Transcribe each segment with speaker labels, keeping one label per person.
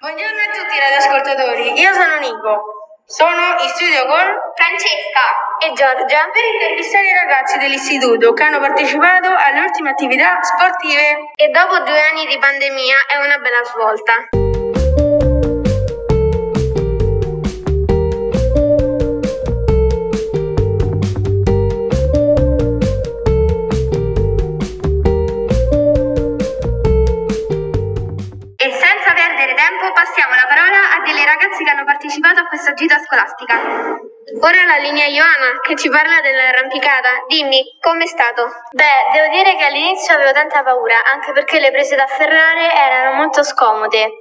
Speaker 1: Buongiorno a tutti radioascoltatori, io sono Nico, sono in studio con Francesca e Giorgia per intervistare i ragazzi dell'istituto che hanno partecipato alle ultime attività sportive.
Speaker 2: E dopo due anni di pandemia è una bella svolta.
Speaker 1: E senza perdere tempo passiamo la parola a delle ragazze che hanno partecipato a questa gita scolastica.
Speaker 2: Ora la linea Ioana che ci parla dell'arrampicata. Dimmi, com'è stato? Beh, devo dire che all'inizio avevo tanta paura, anche perché le prese da afferrare erano molto scomode.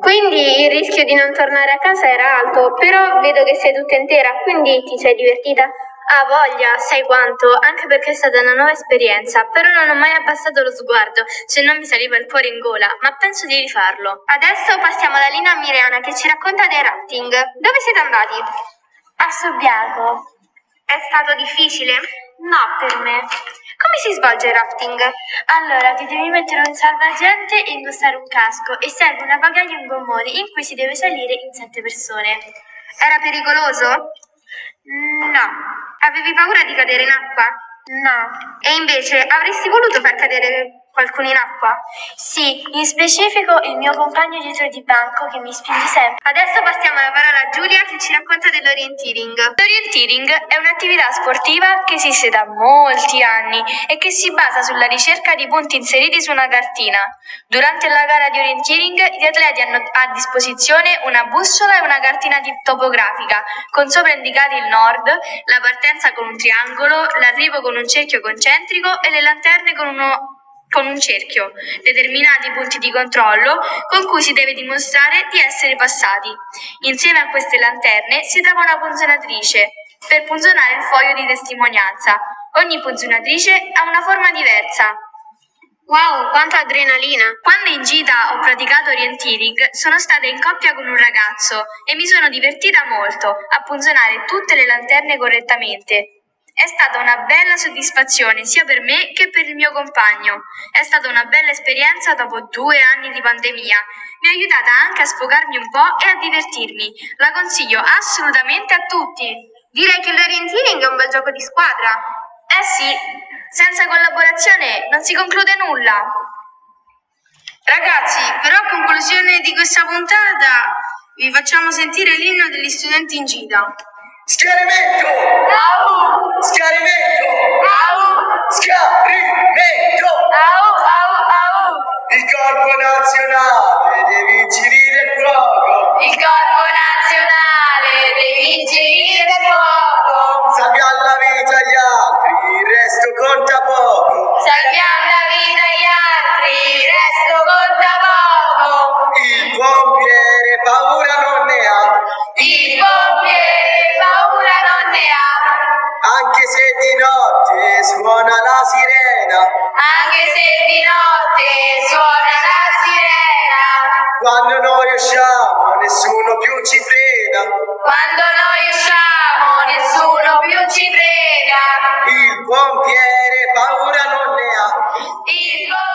Speaker 2: Quindi il rischio di non tornare a casa era alto, però vedo che sei tutta intera, quindi ti sei divertita? Ah, voglia, sai quanto, anche perché è stata una nuova esperienza, però non ho mai abbassato lo sguardo, se non mi saliva il cuore in gola, ma penso di rifarlo.
Speaker 1: Adesso passiamo la linea a Mireana che ci racconta dei rafting. Dove siete andati?
Speaker 3: A Sobbiaco.
Speaker 1: È stato difficile?
Speaker 3: No, per me.
Speaker 1: Come si svolge il rafting?
Speaker 3: Allora, ti devi mettere un salvagente e indossare un casco e serve una pagaglia e un gommone in cui si deve salire in sette persone.
Speaker 1: Era pericoloso?
Speaker 3: No,
Speaker 1: Avevi paura di cadere in acqua?
Speaker 3: no.
Speaker 1: E invece avresti voluto far cadere qualcuno in acqua?
Speaker 3: Sì, in specifico il mio compagno dietro di banco che mi spinge sempre.
Speaker 1: Adesso passiamo la parola a Giulia che ci racconta dell'orienteering.
Speaker 4: L'orienteering è un'attività sportiva che esiste da molti anni e che si basa sulla ricerca di punti inseriti su una cartina. Durante la gara di orienteering gli atleti hanno a disposizione una bussola e una cartina di- topografica con sopra indicati il nord, la partenza con un triangolo, l'arrivo con un cerchio concentrico e le lanterne con uno con un cerchio, determinati punti di controllo con cui si deve dimostrare di essere passati. Insieme a queste lanterne si trova una punzonatrice per punzonare il foglio di testimonianza. Ogni punzonatrice ha una forma diversa.
Speaker 2: Wow, quanta adrenalina!
Speaker 4: Quando in gita ho praticato orienteering sono stata in coppia con un ragazzo e mi sono divertita molto a punzonare tutte le lanterne correttamente. È stata una bella soddisfazione sia per me che per il mio compagno. È stata una bella esperienza dopo due anni di pandemia. Mi ha aiutata anche a sfogarmi un po' e a divertirmi. La consiglio assolutamente a tutti.
Speaker 1: Direi che l'orienteering è un bel gioco di squadra.
Speaker 4: Eh sì, senza collaborazione non si conclude nulla.
Speaker 1: Ragazzi, però a conclusione di questa puntata vi facciamo sentire l'inno degli studenti in gita.
Speaker 5: Schiarimento! Au! Schiarimento! Au! Schiarimento!
Speaker 1: Au, au, au!
Speaker 5: Il corpo nazionale dei vigili del fuoco
Speaker 1: Il corpo nazionale dei vigili del fuoco.
Speaker 5: Salviamo la vita agli altri, il resto conta poco
Speaker 1: Salviamo la vita agli altri, il resto conta poco.
Speaker 5: Il pompiere paura non ne ha
Speaker 1: Il pompiere paura non ne ha,
Speaker 5: Anche se di notte suona la sirena
Speaker 1: anche se di notte suona la sirena.
Speaker 5: Quando noi usciamo nessuno più ci frena
Speaker 1: Quando noi usciamo nessuno più ci frega.
Speaker 5: Il pompiere paura non ne ha
Speaker 1: Il pompiere